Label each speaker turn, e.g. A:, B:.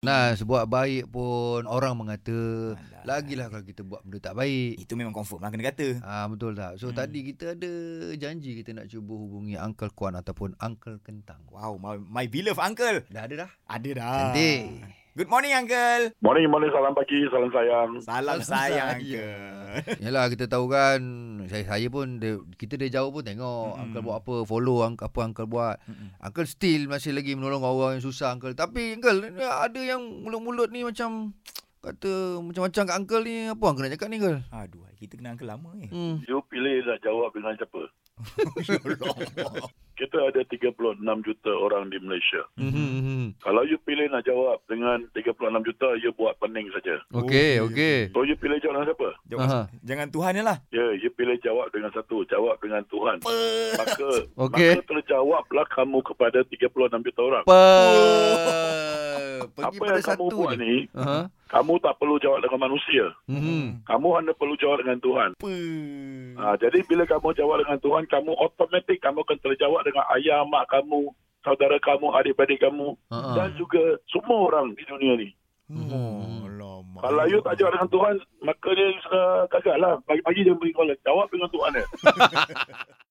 A: Nah, buat baik pun orang mengata
B: Hmm. Alah.
A: lagilah kalau kita buat benda tak baik.
B: Itu memang confirm lah kena kata.
A: Ah betul tak? So
B: Hmm.
A: tadi kita ada janji kita nak cuba hubungi Uncle Kuan ataupun Uncle Kentang.
B: Wow, my, my beloved uncle.
A: Dah ada dah.
B: Ada dah.
A: Cantik.
B: Good morning uncle.
C: Morning, morning. Salam pagi, salam sayang.
A: Salam
B: Salam
A: sayang.
B: sayang uncle.
A: Yalah kita tahu kan saya saya pun dia, kita dari jauh pun tengok mm.
B: Mm-mm.
A: uncle buat apa, follow ang, apa uncle buat.
B: Mm-mm.
A: Uncle still masih lagi menolong orang yang susah uncle. Tapi uncle ada yang mulut-mulut ni macam kata macam-macam kat uncle ni apa uncle nak cakap ni uncle?
B: Aduh, kita kena uncle lama eh.
A: Hmm.
C: You pilih nak jawab dengan siapa?
B: Ya Allah.
C: Kita ada 36 juta orang di Malaysia.
A: Mhm,
B: Hmm.
A: mhm.
C: Kalau you pilih nak jawab dengan 36 juta, you buat pening saja.
B: Oh,
A: Okey, okey.
C: So, you pilih jawab dengan siapa?
A: Aha.
B: Jangan, jangan Tuhan je lah.
C: Ya, yeah, you pilih jawab dengan satu. Jawab dengan Tuhan. Maka,
A: Okey.
C: maka terjawablah kamu kepada 36 juta orang.
A: Apa? Pergi
C: Apa
A: pada
C: yang kamu
A: satu
C: buat
A: je.
C: ni,
A: Aha.
C: kamu tak perlu jawab dengan manusia.
A: Mhm.
C: Kamu hanya perlu jawab dengan Tuhan.
B: Apa?
A: Hmm.
C: Ha, jadi bila kamu jawab dengan Tuhan, kamu automatik kamu akan terjawab dengan ayah, mak kamu, saudara kamu, adik-adik kamu
A: Ha-ha.
C: dan juga semua orang di dunia ni.
B: Oh, lama.
C: Kalau you tak jawab dengan Tuhan, maka dia uh, gagal lah. Pagi-pagi dia beri call. Jawab dengan Tuhan dia.